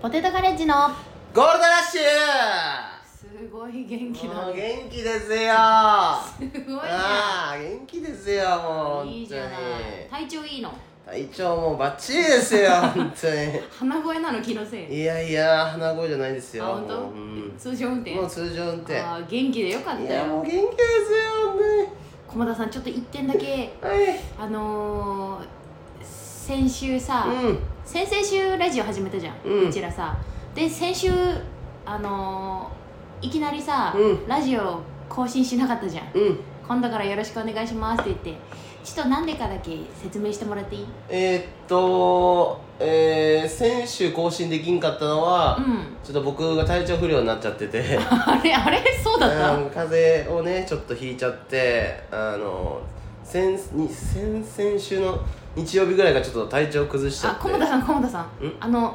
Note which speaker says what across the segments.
Speaker 1: ポテトカレッジの
Speaker 2: ゴールドラッシ
Speaker 1: すごい元気
Speaker 2: ュ
Speaker 1: だ
Speaker 2: もう
Speaker 1: ね
Speaker 2: 元気です
Speaker 1: すご
Speaker 2: よ
Speaker 1: いね
Speaker 2: ああ元気ですよもう
Speaker 1: いいじ
Speaker 2: 本当に
Speaker 1: ゃない体調いいの
Speaker 2: 体調もうバッチリです よ本当
Speaker 1: 鼻声なの気のせい
Speaker 2: にいやいや鼻声じゃないです
Speaker 1: あ
Speaker 2: よ
Speaker 1: 本
Speaker 2: もう,、
Speaker 1: 当通常運転
Speaker 2: もう通常運転
Speaker 1: あー元気でよかっ
Speaker 2: い
Speaker 1: た
Speaker 2: やも
Speaker 1: よ
Speaker 2: う元気ですよ本
Speaker 1: 駒田さんちょっと一点だけ
Speaker 2: 当に
Speaker 1: あのー、先週さ、
Speaker 2: はいうん
Speaker 1: 先々週ラジオ始めたじゃん、う
Speaker 2: うん
Speaker 1: ちらさで先週あのー、いきなりさ、
Speaker 2: うん
Speaker 1: ラジオ更新しなかったじゃん
Speaker 2: うん
Speaker 1: 今度からよろしくお願いしますって言ってちょっとなんでかだけ説明してもらっていい
Speaker 2: えー、っとえー、先週更新できんかったのは、
Speaker 1: うん
Speaker 2: ちょっと僕が体調不良になっちゃってて
Speaker 1: あれあれそうだった、
Speaker 2: うん風邪をねちょっとひいちゃってあの先に先々週の日曜日ぐらいがちょっと体調崩しちゃ
Speaker 1: あ
Speaker 2: って
Speaker 1: 駒田さん駒田さん
Speaker 2: ん
Speaker 1: あの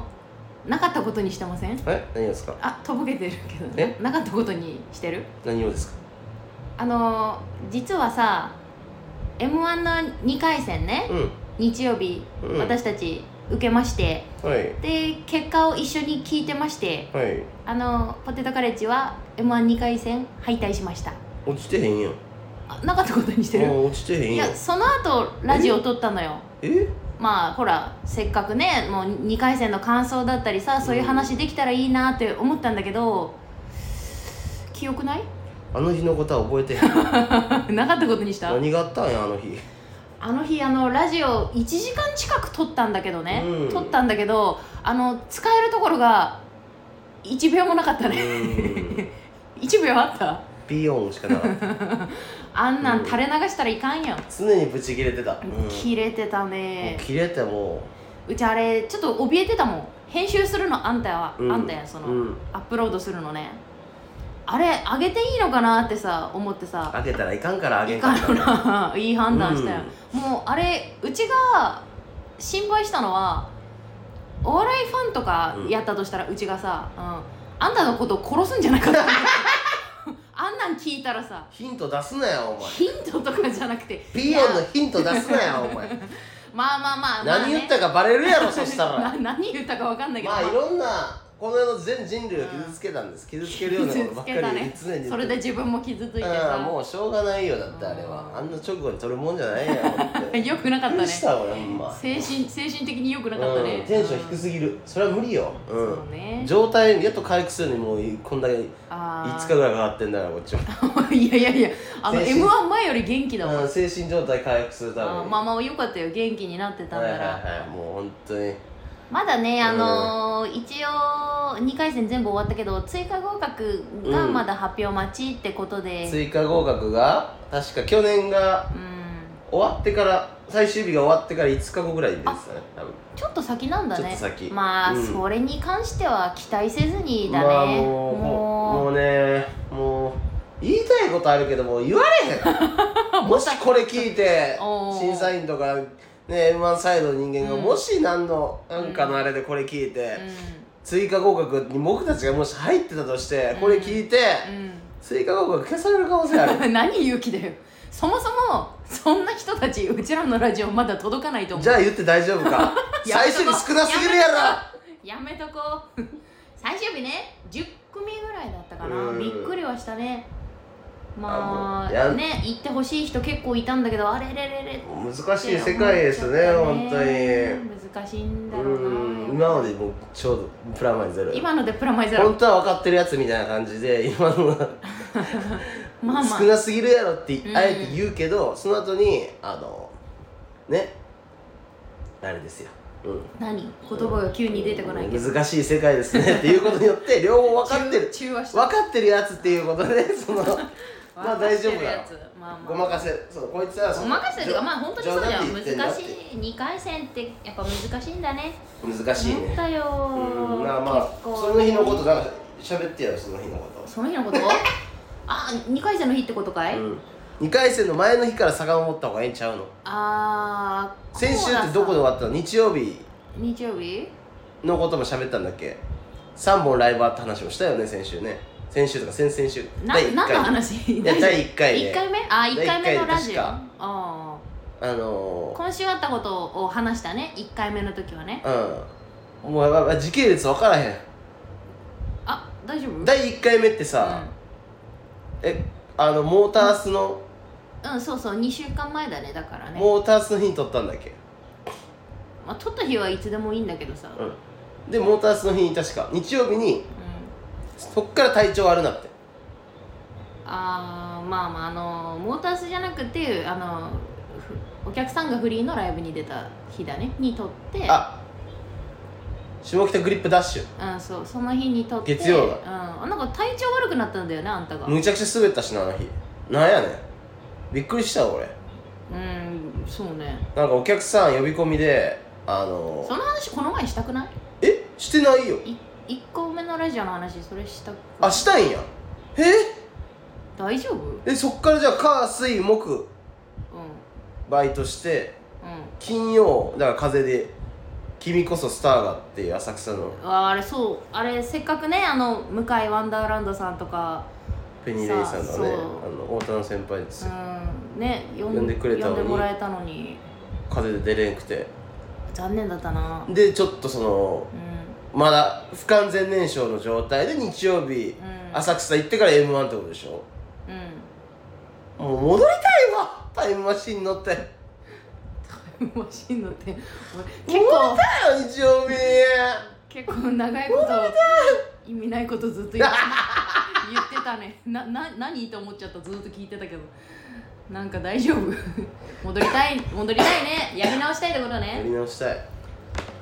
Speaker 1: なかったことにしてません
Speaker 2: え何をですか
Speaker 1: あとぼけてるけどねなかったことにしてる
Speaker 2: 何をですか
Speaker 1: あのー、実はさ m 1の2回戦ね
Speaker 2: うん
Speaker 1: 日曜日、
Speaker 2: うん
Speaker 1: 私たち受けまして
Speaker 2: はい
Speaker 1: で結果を一緒に聞いてまして
Speaker 2: はい
Speaker 1: あのポテトカレッジは m 1 2回戦敗退しました
Speaker 2: 落ちてへんやん
Speaker 1: あなかったことにして
Speaker 2: あ
Speaker 1: る
Speaker 2: 落ちてへん
Speaker 1: い
Speaker 2: やん
Speaker 1: やその後ラジオ撮ったのよ
Speaker 2: え
Speaker 1: まあほらせっかくねもう2回戦の感想だったりさそういう話できたらいいなって思ったんだけど記憶 ない
Speaker 2: あの日のことは覚えてへん
Speaker 1: なかったことにした
Speaker 2: 何があったんやあ の日
Speaker 1: あの日あのラジオ1時間近く撮ったんだけどね、
Speaker 2: うん
Speaker 1: 撮ったんだけどあの使えるところが1秒もなかった
Speaker 2: う
Speaker 1: ね
Speaker 2: ん
Speaker 1: 1秒あった
Speaker 2: ピヨンしかなかった
Speaker 1: あんなん垂れ流したらいかんよ、
Speaker 2: 常にブチ切れてた、うん、もう
Speaker 1: 切れてたね
Speaker 2: 切れても
Speaker 1: うちあれちょっと怯えてたもん編集するのあんたは、
Speaker 2: う、うん、
Speaker 1: あんたやその、
Speaker 2: うん、
Speaker 1: アップロードするのねあれ上げていいのかなってさ思ってさ
Speaker 2: あげたらいかんからあげ
Speaker 1: い
Speaker 2: んか
Speaker 1: か
Speaker 2: っ
Speaker 1: ん
Speaker 2: た
Speaker 1: よな いい判断したよ、もうあれうちが心配したのはお笑いファンとかやったとしたら、うちがさ、うん、あんたのことを殺すんじゃなかった あんなん聞いたらさ
Speaker 2: ヒント出すなよお前
Speaker 1: ヒントとかじゃなくて
Speaker 2: ピヨンのヒント出すなよお前
Speaker 1: まあまあまあ、まあね
Speaker 2: 何言ったかバレるやろそしたらま
Speaker 1: な何言ったかわかんないけど、ま
Speaker 2: あ
Speaker 1: あ
Speaker 2: いろんなこの世の全人類を傷つけたんです傷つけるようなことばっかり
Speaker 1: 傷つけたね
Speaker 2: 常に言って
Speaker 1: それで自分も傷ついて
Speaker 2: うん
Speaker 1: さ
Speaker 2: もうしょうがないよだってあれはあんな直後に取るもんじゃないよ本当に
Speaker 1: よくなかった
Speaker 2: ど
Speaker 1: ね
Speaker 2: うした俺ほんま
Speaker 1: 精神精神的によくなかったね、
Speaker 2: うんテンション低すぎるそれは無理よ
Speaker 1: うん
Speaker 2: う
Speaker 1: そうんね
Speaker 2: 状態やっと回復するのにもうこんだけ5
Speaker 1: あ
Speaker 2: 日ぐらいかかってんだからこっちも
Speaker 1: 日 いやいやいやあの
Speaker 2: 精
Speaker 1: m
Speaker 2: 神
Speaker 1: 1前より元気だわ、
Speaker 2: うん精神状態回復するために
Speaker 1: あーまあまあよかったよ元気になってたん
Speaker 2: はい
Speaker 1: だ
Speaker 2: は
Speaker 1: ら、
Speaker 2: いはいもう本当に
Speaker 1: まだねあのー一応2回戦全部終わったけど追加合格がまだ発表待ちってことで
Speaker 2: 追加合格が確か去年が
Speaker 1: うん
Speaker 2: 終わってから最終日が終わってから5日後ぐらいですかね多分
Speaker 1: ちょっと先なんだね
Speaker 2: ちょっと先
Speaker 1: まあ、
Speaker 2: うん
Speaker 1: それに関しては期待せずにだね、
Speaker 2: まあもうも
Speaker 1: もう
Speaker 2: うねもう言いたいことあるけどもう言われ へんもしこれ聞いて
Speaker 1: おー
Speaker 2: 審査員とかね m 1サイドの人間が
Speaker 1: うん
Speaker 2: もし何のなんかのあれでこれ聞いて、
Speaker 1: う
Speaker 2: 追加合格に僕たちがもし入ってたとしてこれ聞いて、
Speaker 1: ん、
Speaker 2: 追加合格消される可能性ある
Speaker 1: うん何勇気だよそもそもそんな人たちうちらのラジオまだ届かないと思う
Speaker 2: じゃあ言って大丈夫か
Speaker 1: や
Speaker 2: 最
Speaker 1: めと
Speaker 2: 終
Speaker 1: こ
Speaker 2: 日少なすぎるやろ
Speaker 1: やめとこう最終日ね10組ぐらいだったかな
Speaker 2: うん
Speaker 1: びっくりはしたねま
Speaker 2: あもうや
Speaker 1: あ
Speaker 2: ん
Speaker 1: ね行ってほしい人結構いたんだけどあれれれれ
Speaker 2: 難しい世界ですね本当に
Speaker 1: に難しいんだろ
Speaker 2: うん
Speaker 1: うな
Speaker 2: 今までもうちょうどプラマイゼロ
Speaker 1: 今のでプラマイゼロ
Speaker 2: 本当は分かってるやつみたいな感じで今のは
Speaker 1: まあまあ
Speaker 2: 少なすぎるやろって
Speaker 1: うん
Speaker 2: あえて言うけど、その後にあのねあれですよ、うん、
Speaker 1: 何言葉が急に出てこないけど
Speaker 2: 難しい世界ですねっていうことによっ て両方分かってる
Speaker 1: 中中和した
Speaker 2: 分かってるやつっていうことでそのまあ大丈夫だ
Speaker 1: わ
Speaker 2: よ
Speaker 1: かってるやつまあまあ
Speaker 2: ごまかせそうこいつはそ
Speaker 1: ご
Speaker 2: の
Speaker 1: まかせるというかまあ本当にそうじゃ
Speaker 2: 冗談で言って
Speaker 1: ん
Speaker 2: んだ
Speaker 1: 難
Speaker 2: っ
Speaker 1: してい2回戦ってやっぱ難しいんだね
Speaker 2: 難しい
Speaker 1: 思っ
Speaker 2: ね
Speaker 1: たよ
Speaker 2: う
Speaker 1: ー
Speaker 2: んまあまあ
Speaker 1: 結構
Speaker 2: その日のことなんか喋ってよその日のこと
Speaker 1: その日のことあ二2回戦の日ってことかい、
Speaker 2: うん、2回戦の前の日から遡った方がええんちゃうの
Speaker 1: あー
Speaker 2: 先週ってどこで
Speaker 1: コーラ
Speaker 2: 終
Speaker 1: さ
Speaker 2: わったの日曜日
Speaker 1: ん日曜日
Speaker 2: のことも喋ったんだっけ3本ライブあった話もしたよね先週ね先週とか先々週
Speaker 1: な
Speaker 2: 第一
Speaker 1: 何の
Speaker 2: 回
Speaker 1: 話
Speaker 2: いや第1回
Speaker 1: 一
Speaker 2: で
Speaker 1: 回目あ一1回目のラジオ
Speaker 2: 第一
Speaker 1: あ
Speaker 2: 回
Speaker 1: あ
Speaker 2: あの
Speaker 1: 今週あったことを話したね1回目の時はね
Speaker 2: ー、うんもうやばい時系列分からへ
Speaker 1: あ大丈夫
Speaker 2: ん第1回目ってさ、えあのモータースの、
Speaker 1: うん、うん、そうそう2週間前だねだからね
Speaker 2: モータースの日に撮ったんだっけ
Speaker 1: まあ、撮った日はいつでもいいんだけどさ、うん
Speaker 2: うんでモータースの日に確か日曜日にそっから体調悪なって
Speaker 1: あーまあまああのモータースじゃなくてあのふお客さんがフリーのライブに出た日だねに撮って
Speaker 2: あ下北グリップダッシュ
Speaker 1: うん、そうその日に撮って
Speaker 2: 月曜だ
Speaker 1: うん、あなんか体調悪くなったんだよねあんたが
Speaker 2: むちゃくちゃ滑ったしなあの日なんやねんびっくりしたわ俺
Speaker 1: うんそうね
Speaker 2: なんかお客さん呼び込みであの
Speaker 1: その話この前したくない
Speaker 2: えしてないよ
Speaker 1: 1個目のラジオの話それしたく
Speaker 2: あしたんやえ
Speaker 1: 大丈夫うんうん
Speaker 2: えそっからじゃあ火水木バイトして金曜だから風で「君こそスターが」っていう浅草の
Speaker 1: ああれそうあれせっかくねあの向井ワンダーランドさんとか
Speaker 2: ペニーレイさんがね
Speaker 1: さ
Speaker 2: あの太田の先輩です、
Speaker 1: うんね呼
Speaker 2: 呼んでくれたのに
Speaker 1: 呼んでもらえたのに
Speaker 2: 風で出れんくて
Speaker 1: 残念だったな
Speaker 2: でちょっとその
Speaker 1: うん
Speaker 2: まだ不完全燃焼の状態で日曜日
Speaker 1: うん
Speaker 2: 浅草行ってから m 1ってことでしょ
Speaker 1: うん
Speaker 2: もう戻りたいわタイムマシン乗って戻
Speaker 1: タイムマシン乗って
Speaker 2: り
Speaker 1: 俺結構
Speaker 2: たいよ日曜日
Speaker 1: 結構長いこと意味ないことずっと言って言ってたねなな何と思っちゃったずっと聞いてたけどなんか大丈夫戻りたい戻りたいねやり直したいってこと
Speaker 2: や
Speaker 1: ね
Speaker 2: り直したい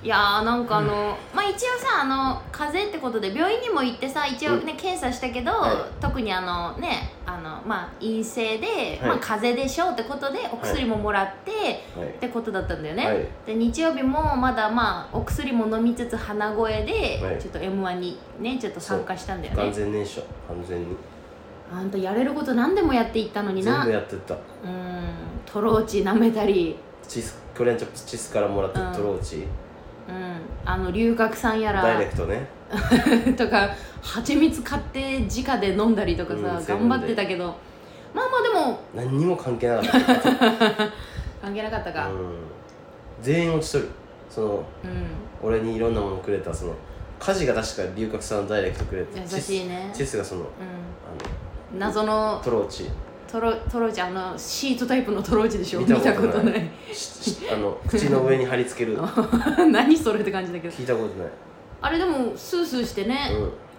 Speaker 1: いやーなんかあの、まあ一応さあの風邪ってことで病院にも行ってさ一応ね、検査したけど、
Speaker 2: は
Speaker 1: 特にあのねあのまあ陰性で、
Speaker 2: はい
Speaker 1: まあ風邪でしょうってことでお薬ももらって、
Speaker 2: はい
Speaker 1: ってことだったんだよね、
Speaker 2: はい
Speaker 1: で日曜日もまだまあお薬も飲みつつ鼻声で、
Speaker 2: はい
Speaker 1: ちょっと m 1にねちょっと参加したんだよ
Speaker 2: 完
Speaker 1: ね
Speaker 2: 全燃焼完全に
Speaker 1: あんたやれること何でもやっていったのに
Speaker 2: 全
Speaker 1: な
Speaker 2: 部やってった
Speaker 1: うんトローチ舐めたり
Speaker 2: チスクレンチョップチスからもらったトローチ
Speaker 1: うんあの龍角散や
Speaker 2: ダイレ
Speaker 1: ら
Speaker 2: クトね
Speaker 1: とか蜂蜜買って直で飲んだりとかさ、
Speaker 2: うんセブン
Speaker 1: 頑張
Speaker 2: で
Speaker 1: ってたけどまあまあでも
Speaker 2: 何にも関係なか っ
Speaker 1: 関係なかった
Speaker 2: た
Speaker 1: か
Speaker 2: うん全員落ちとるその
Speaker 1: うん、
Speaker 2: 俺にいろんなものくれたその家事が確か龍角さんダイレクトくれて
Speaker 1: 優しいね
Speaker 2: チスチスがその
Speaker 1: う
Speaker 2: あ
Speaker 1: ん、謎の
Speaker 2: のトローチ
Speaker 1: トロトローチあのシートタイプのトローチでしょ
Speaker 2: 見たことない
Speaker 1: い
Speaker 2: しし あの口の上に貼り付ける
Speaker 1: 何それって感じだけど
Speaker 2: 聞いたことない
Speaker 1: あれでもスースーしてね、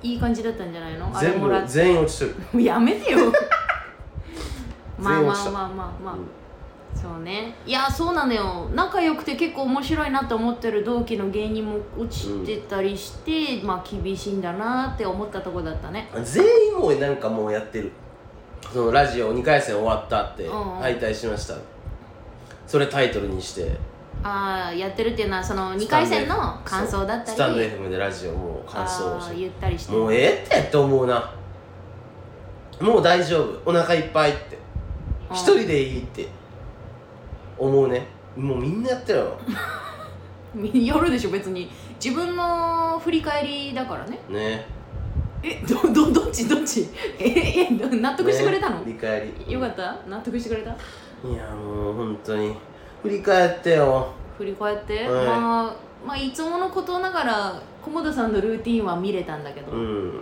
Speaker 1: いい感じだったんじゃないの
Speaker 2: う ん、
Speaker 1: あれ
Speaker 2: 全
Speaker 1: もら
Speaker 2: 部
Speaker 1: っ
Speaker 2: 全員落ちとる、
Speaker 1: もうやめて よまあ
Speaker 2: 全員
Speaker 1: ま
Speaker 2: 落ち
Speaker 1: あ
Speaker 2: た
Speaker 1: まあまあまあ、
Speaker 2: うん
Speaker 1: そうねいやそうなのよ仲良くて結構面白いなと思ってる同期の芸人も落ちてたりして、まあ厳しいんだなって思ったとこだったね
Speaker 2: 全員もうなんかもうやってるそのラジオ2回戦終わったって
Speaker 1: うんうん
Speaker 2: 敗退しました、それタイトルにして
Speaker 1: ああやってるっていうのはその2回戦の感想だったり
Speaker 2: スタンド F スタンド FM でラジオもう感想を
Speaker 1: あ
Speaker 2: し
Speaker 1: ー
Speaker 2: て
Speaker 1: 言ったりして
Speaker 2: もうええってって思うなもう大丈夫お腹いっぱいって
Speaker 1: うん
Speaker 2: 一人でいいって思うねもうみんなやってるよ
Speaker 1: 夜でしょ別に自分の振り返りだからね
Speaker 2: ね
Speaker 1: えど どどっちどっちええど納得してくれたの、
Speaker 2: ね振り返り
Speaker 1: よかった納得してくれた
Speaker 2: いやもう本当に振り返ってよ
Speaker 1: 振り返って、
Speaker 2: は
Speaker 1: ま
Speaker 2: い
Speaker 1: あまあいつものことながら菰田さんのルーティンは見れたんだけど、
Speaker 2: うん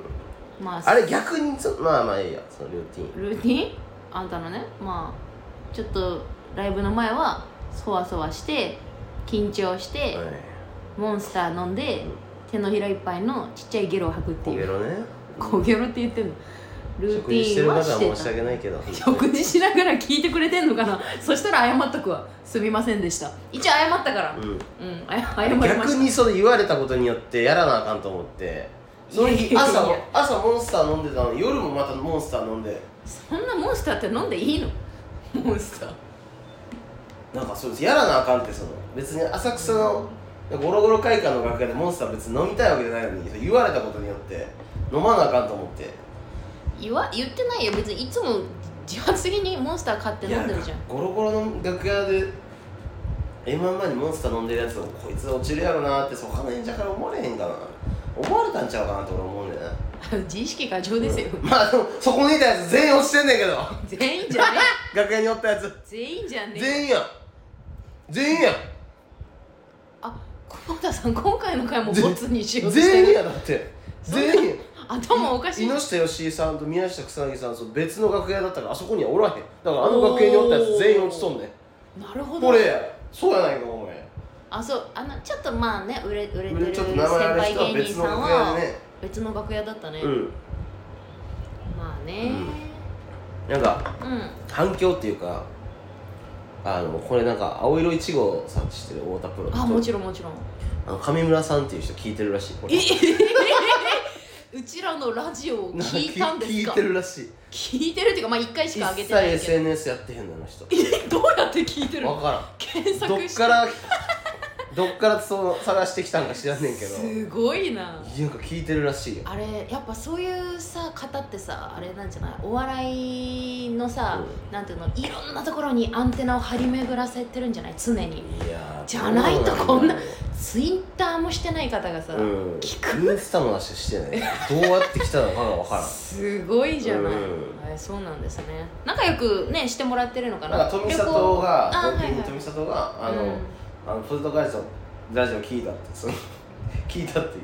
Speaker 1: まあ
Speaker 2: あれ逆にそまあまあいいやそのルーティン
Speaker 1: ルーティンあんたのねまあちょっとライブの前はそわそわして緊張して、
Speaker 2: はい
Speaker 1: モンスター飲んで
Speaker 2: うん
Speaker 1: 手のひらいっぱいのちっちゃいゲロを吐くって
Speaker 2: 焦
Speaker 1: い
Speaker 2: げ
Speaker 1: う
Speaker 2: ろね
Speaker 1: 小ゲロって言ってんのルーテ
Speaker 2: 食事し
Speaker 1: ィ
Speaker 2: て
Speaker 1: ン
Speaker 2: る方
Speaker 1: は
Speaker 2: は
Speaker 1: してた
Speaker 2: 申し訳ないけど
Speaker 1: 食事しながら聞いてくれてんのかなそしたら謝っとくわすみませんでした一応謝ったからうんあや謝り
Speaker 2: うん、
Speaker 1: ました
Speaker 2: 逆にそれ言われたことによってやらなあかんと思ってその
Speaker 1: い
Speaker 2: 日
Speaker 1: やいやいや
Speaker 2: 朝朝モンスター飲んでたのに夜もまたモンスター飲んで
Speaker 1: そんなモンスターって飲んでいいのモンスター
Speaker 2: なんかそうですやらなあかんってその別に浅草のゴロゴロ会館の楽屋でモンスター別に飲みたいわけじゃないのにそれ言われたことによって飲まなあかんと思って
Speaker 1: 言わ言ってないよ別にいつも自発的にモンスター買って飲んでるじゃん
Speaker 2: いやゴロゴロの楽屋で m 1前にモンスター飲んでるやつをこいつ落ちるやろなって他の演者から思われへんかな思われたんちゃうかなって 俺思うんだよね
Speaker 1: 自意識過剰ですよ
Speaker 2: まあでもそこにいたやつ全員落ちてんねんけど
Speaker 1: 全員じゃね
Speaker 2: 楽屋におったやつ
Speaker 1: え全員じゃねえ
Speaker 2: 全員やん全員やん
Speaker 1: あ小浜田さん今回の回もボツにしようとし
Speaker 2: 全員
Speaker 1: てる
Speaker 2: やだって全員
Speaker 1: 頭おかしい
Speaker 2: 井下義井さんと宮下草薙さんそう別の楽屋だったからあそこにはおらへんだからあの楽屋におったやつ全員落ちとんねん
Speaker 1: なるほど
Speaker 2: これそうやないかお前
Speaker 1: あそうあのちょっとまあね売れ売れてる
Speaker 2: ちょっと
Speaker 1: 先
Speaker 2: 名前ある
Speaker 1: 輩
Speaker 2: 人は
Speaker 1: 芸
Speaker 2: 別
Speaker 1: 人
Speaker 2: の
Speaker 1: さん
Speaker 2: 楽屋
Speaker 1: は
Speaker 2: でね
Speaker 1: 別の楽屋だったね、
Speaker 2: うん
Speaker 1: まあね
Speaker 2: なんか
Speaker 1: うん、
Speaker 2: 反響っていうかあのこれなんか青色いちごさんって知ってる太田プロ
Speaker 1: あも
Speaker 2: と
Speaker 1: ちろんもちろん
Speaker 2: あの上村さんっていう人聞いてるらしいこれ
Speaker 1: うちらのラジオを
Speaker 2: なんか
Speaker 1: 聞いたんですか
Speaker 2: 聞いてるらしい
Speaker 1: 聞いてるっていうかまあ1回し
Speaker 2: 一
Speaker 1: か上げて
Speaker 2: 切
Speaker 1: ないけ
Speaker 2: SNS やってへんのあの人
Speaker 1: どどうやって聞いてる
Speaker 2: 分
Speaker 1: の
Speaker 2: か
Speaker 1: 検
Speaker 2: らんど
Speaker 1: 索
Speaker 2: っ
Speaker 1: して
Speaker 2: からどっからそう探してきたんか知らんねんけど
Speaker 1: すごいな
Speaker 2: なんか聞いてるらしいよ
Speaker 1: あれやっぱそういうさ方ってさあれなんじゃないお笑いのさ、なんていうのいろんなところにアンテナを張り巡らせてるんじゃない常に
Speaker 2: いやー
Speaker 1: じゃないとこんな
Speaker 2: ど
Speaker 1: ツイッターもしてない方がさ、
Speaker 2: うなんだろううん
Speaker 1: 聞
Speaker 2: インスタも出してしてないどうやって来たのかが分からん
Speaker 1: すごいじゃない、
Speaker 2: うん
Speaker 1: はいそうなんですね仲良くねしてもらってるのかな
Speaker 2: なんか富
Speaker 1: 旅行
Speaker 2: 里が
Speaker 1: あ
Speaker 2: 東京
Speaker 1: はいは
Speaker 2: に
Speaker 1: い
Speaker 2: 富里があの、
Speaker 1: うん
Speaker 2: あのポテトガイズのラジオ聞いたってその 聞いたって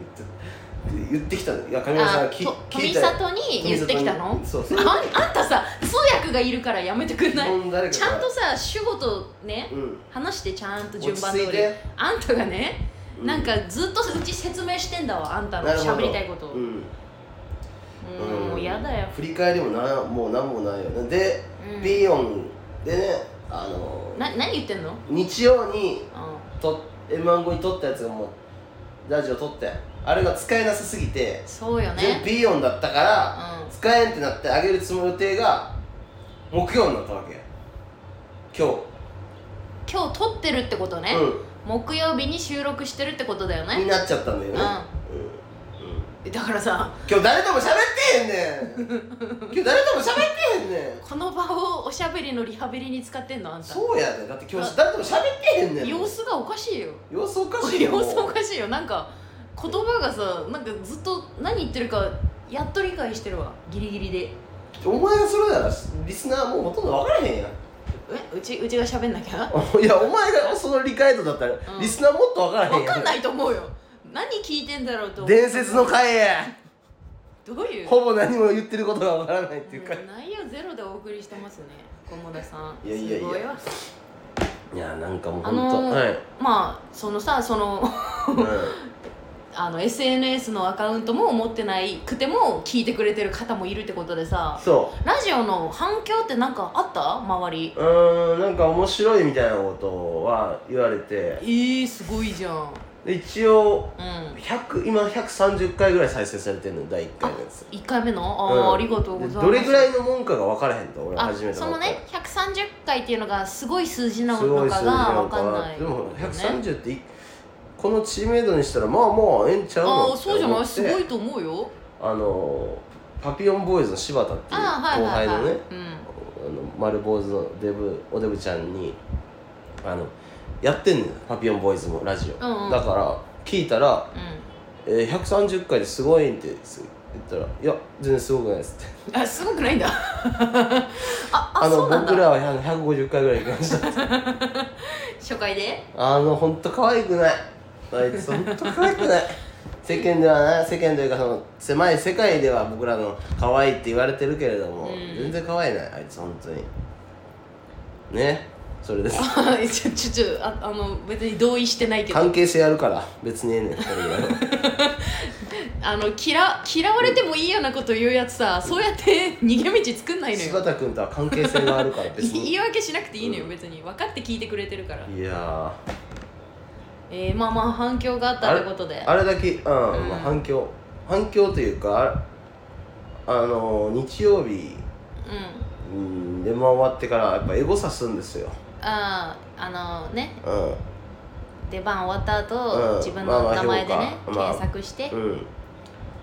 Speaker 2: 言って言ってきたのいや上村さん
Speaker 1: あ
Speaker 2: が聞
Speaker 1: と
Speaker 2: 聞
Speaker 1: 富
Speaker 2: いたよ
Speaker 1: 里に言ってきたの
Speaker 2: 富里にそうそう
Speaker 1: あんあんたさ通訳がいるからやめてくんない
Speaker 2: 日本誰か
Speaker 1: ち
Speaker 2: が
Speaker 1: ゃんとさ主語とね
Speaker 2: うん
Speaker 1: 話してちゃんと
Speaker 2: 落
Speaker 1: 順
Speaker 2: ち
Speaker 1: 番
Speaker 2: 着
Speaker 1: 通
Speaker 2: い
Speaker 1: り
Speaker 2: て
Speaker 1: あんたがね
Speaker 2: う
Speaker 1: なんかずっとうち説明してんだわあんたの
Speaker 2: なるほど
Speaker 1: 喋りたいこと
Speaker 2: う
Speaker 1: うんーんもうやだよ
Speaker 2: 振り返りもなもう何もないよねで、
Speaker 1: うん
Speaker 2: ビヨンでねあの
Speaker 1: な何言ってんのうん
Speaker 2: 日曜にと m 1後に撮ったやつがもうラジオ撮ってあれが使えなさすぎて
Speaker 1: そうよ
Speaker 2: 全部
Speaker 1: ね
Speaker 2: ビヨンだったから、
Speaker 1: うん
Speaker 2: 使えんってなってあげるつもりの予定が木曜になったわけ今
Speaker 1: 今日撮ってるってことね
Speaker 2: 日、
Speaker 1: 木曜日に収録してるってことだよ
Speaker 2: うんに
Speaker 1: ね
Speaker 2: なっちゃったんだよね、うんうん
Speaker 1: だからさ
Speaker 2: 今日誰とも喋ってへんねん今日誰とも喋ってへんねん
Speaker 1: この場をおしゃべりのリハビリに使ってんのあんた
Speaker 2: そうやでだって今日誰とも喋ってへんねん
Speaker 1: 様子がおかしいよ
Speaker 2: 様子おかしいよ
Speaker 1: 様子お
Speaker 2: もう
Speaker 1: かしいよなんか言葉がさなんかずっと何言ってるかやっと理解してるわギリギリで
Speaker 2: お前がそれならリスナーもうほとんど分からへんやん
Speaker 1: えうちうちが喋んなきゃ
Speaker 2: いやお前がその理解度だったら、
Speaker 1: ん
Speaker 2: リスナーもっと分からへんや
Speaker 1: 分
Speaker 2: ん
Speaker 1: かんないと思うよ何聞いてんだろうと思う
Speaker 2: 伝説の回や
Speaker 1: どういう
Speaker 2: ほぼ何も言ってることが分からないっていうか、
Speaker 1: うん内容ゼロでお送りしてますね小野田さん
Speaker 2: いやいやいや
Speaker 1: すごいわ
Speaker 2: いやなんかもう
Speaker 1: あ
Speaker 2: ほんと、
Speaker 1: の
Speaker 2: はい、
Speaker 1: まあそのさそのあの SNS のアカウントも持ってないくても聞いてくれてる方もいるってことで
Speaker 2: うん
Speaker 1: さ
Speaker 2: そ
Speaker 1: ラジオの反響ってなんかあった周り
Speaker 2: ううーんなんか面白いみたいなことは言われて
Speaker 1: えー、すごいじゃん
Speaker 2: で一応
Speaker 1: うん
Speaker 2: 100今130回ぐらい再生されてるの第1回のやつ
Speaker 1: 1回目のあー、
Speaker 2: うん
Speaker 1: ありがとうございます
Speaker 2: でどれぐらいのもんかが分からへんと俺
Speaker 1: あ
Speaker 2: 初めて
Speaker 1: そ
Speaker 2: 思
Speaker 1: の
Speaker 2: ったら
Speaker 1: ね130回っていうのがすごい数字な
Speaker 2: すご
Speaker 1: の
Speaker 2: い数
Speaker 1: か
Speaker 2: 字
Speaker 1: が
Speaker 2: なの
Speaker 1: わかんない
Speaker 2: でも
Speaker 1: ね
Speaker 2: 130っていこの知名度にしたらまあまあええんちゃう
Speaker 1: あ
Speaker 2: の
Speaker 1: あ
Speaker 2: って
Speaker 1: そうじゃな
Speaker 2: 思
Speaker 1: い
Speaker 2: って
Speaker 1: すごいと思うよ
Speaker 2: あのパピオンボーイズの柴田っていう
Speaker 1: ああ
Speaker 2: 後
Speaker 1: はいはい
Speaker 2: 輩
Speaker 1: はい
Speaker 2: のね
Speaker 1: うん
Speaker 2: あの丸坊主のデブおデブちゃんにあのやってんねんパピオンボーイズもラジオ、
Speaker 1: うんうん
Speaker 2: だから聞いたら
Speaker 1: う
Speaker 2: 「えー、130回ですごいんって」す言ったら「いや全然すごくないです」って
Speaker 1: ん、あすごくないんだああそうなん
Speaker 2: 僕
Speaker 1: だ
Speaker 2: らは100 150回ぐらい行きました」
Speaker 1: 初回で
Speaker 2: あのほんと可愛くないあいつほんと可愛くない世間ではな世間というかその狭い世界では僕らの可愛いって言われてるけれども、
Speaker 1: うん
Speaker 2: 全然可愛いないあいつほんとにねそれです
Speaker 1: あ ちょちょちょああの別に同意してないけど
Speaker 2: 関係性あるから別にええ ねんこれぐらいは
Speaker 1: あの嫌嫌われてもいいようなこと言うやつさそうやって 逃げ道作んないの
Speaker 2: 柴
Speaker 1: よ
Speaker 2: 田君とは関係性があ るから別
Speaker 1: 言
Speaker 2: に
Speaker 1: い訳しなくていいのよ
Speaker 2: うん
Speaker 1: 別に分かって聞いてくれてるから
Speaker 2: いや
Speaker 1: えー、まあまあ反響があったってことで
Speaker 2: ーあれだけうん、
Speaker 1: うん
Speaker 2: まあ、反響反響というかああの日曜日
Speaker 1: うん
Speaker 2: うんで回ってからやっぱエゴサするんですよ
Speaker 1: あああのね
Speaker 2: うん
Speaker 1: 出番終わった後、
Speaker 2: うん
Speaker 1: 自分の名前でね、
Speaker 2: まあまあ評価
Speaker 1: 検索して、
Speaker 2: うん、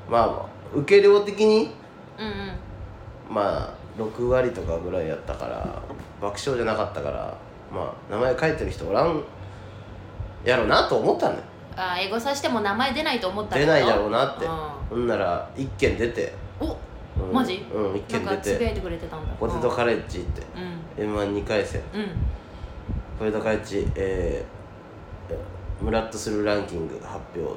Speaker 2: まあ受け量的に
Speaker 1: うんうん
Speaker 2: まあ6割とかぐらいやったから爆笑じゃなかったからまあ名前書いてる人おらんやろなと思ったんだよ
Speaker 1: あエゴさしても名前出ないと思った
Speaker 2: 出ないだろうなって
Speaker 1: う
Speaker 2: ほんなら一件出て、
Speaker 1: ん、お
Speaker 2: うん、
Speaker 1: マジ
Speaker 2: うん一件
Speaker 1: なん
Speaker 2: 出
Speaker 1: かつぶ
Speaker 2: て
Speaker 1: やいてくれてたんだ
Speaker 2: ポテトカレッジって
Speaker 1: うん
Speaker 2: m 1 2回戦
Speaker 1: うん
Speaker 2: ポテトカレッジえームラッとするランキング発表みたい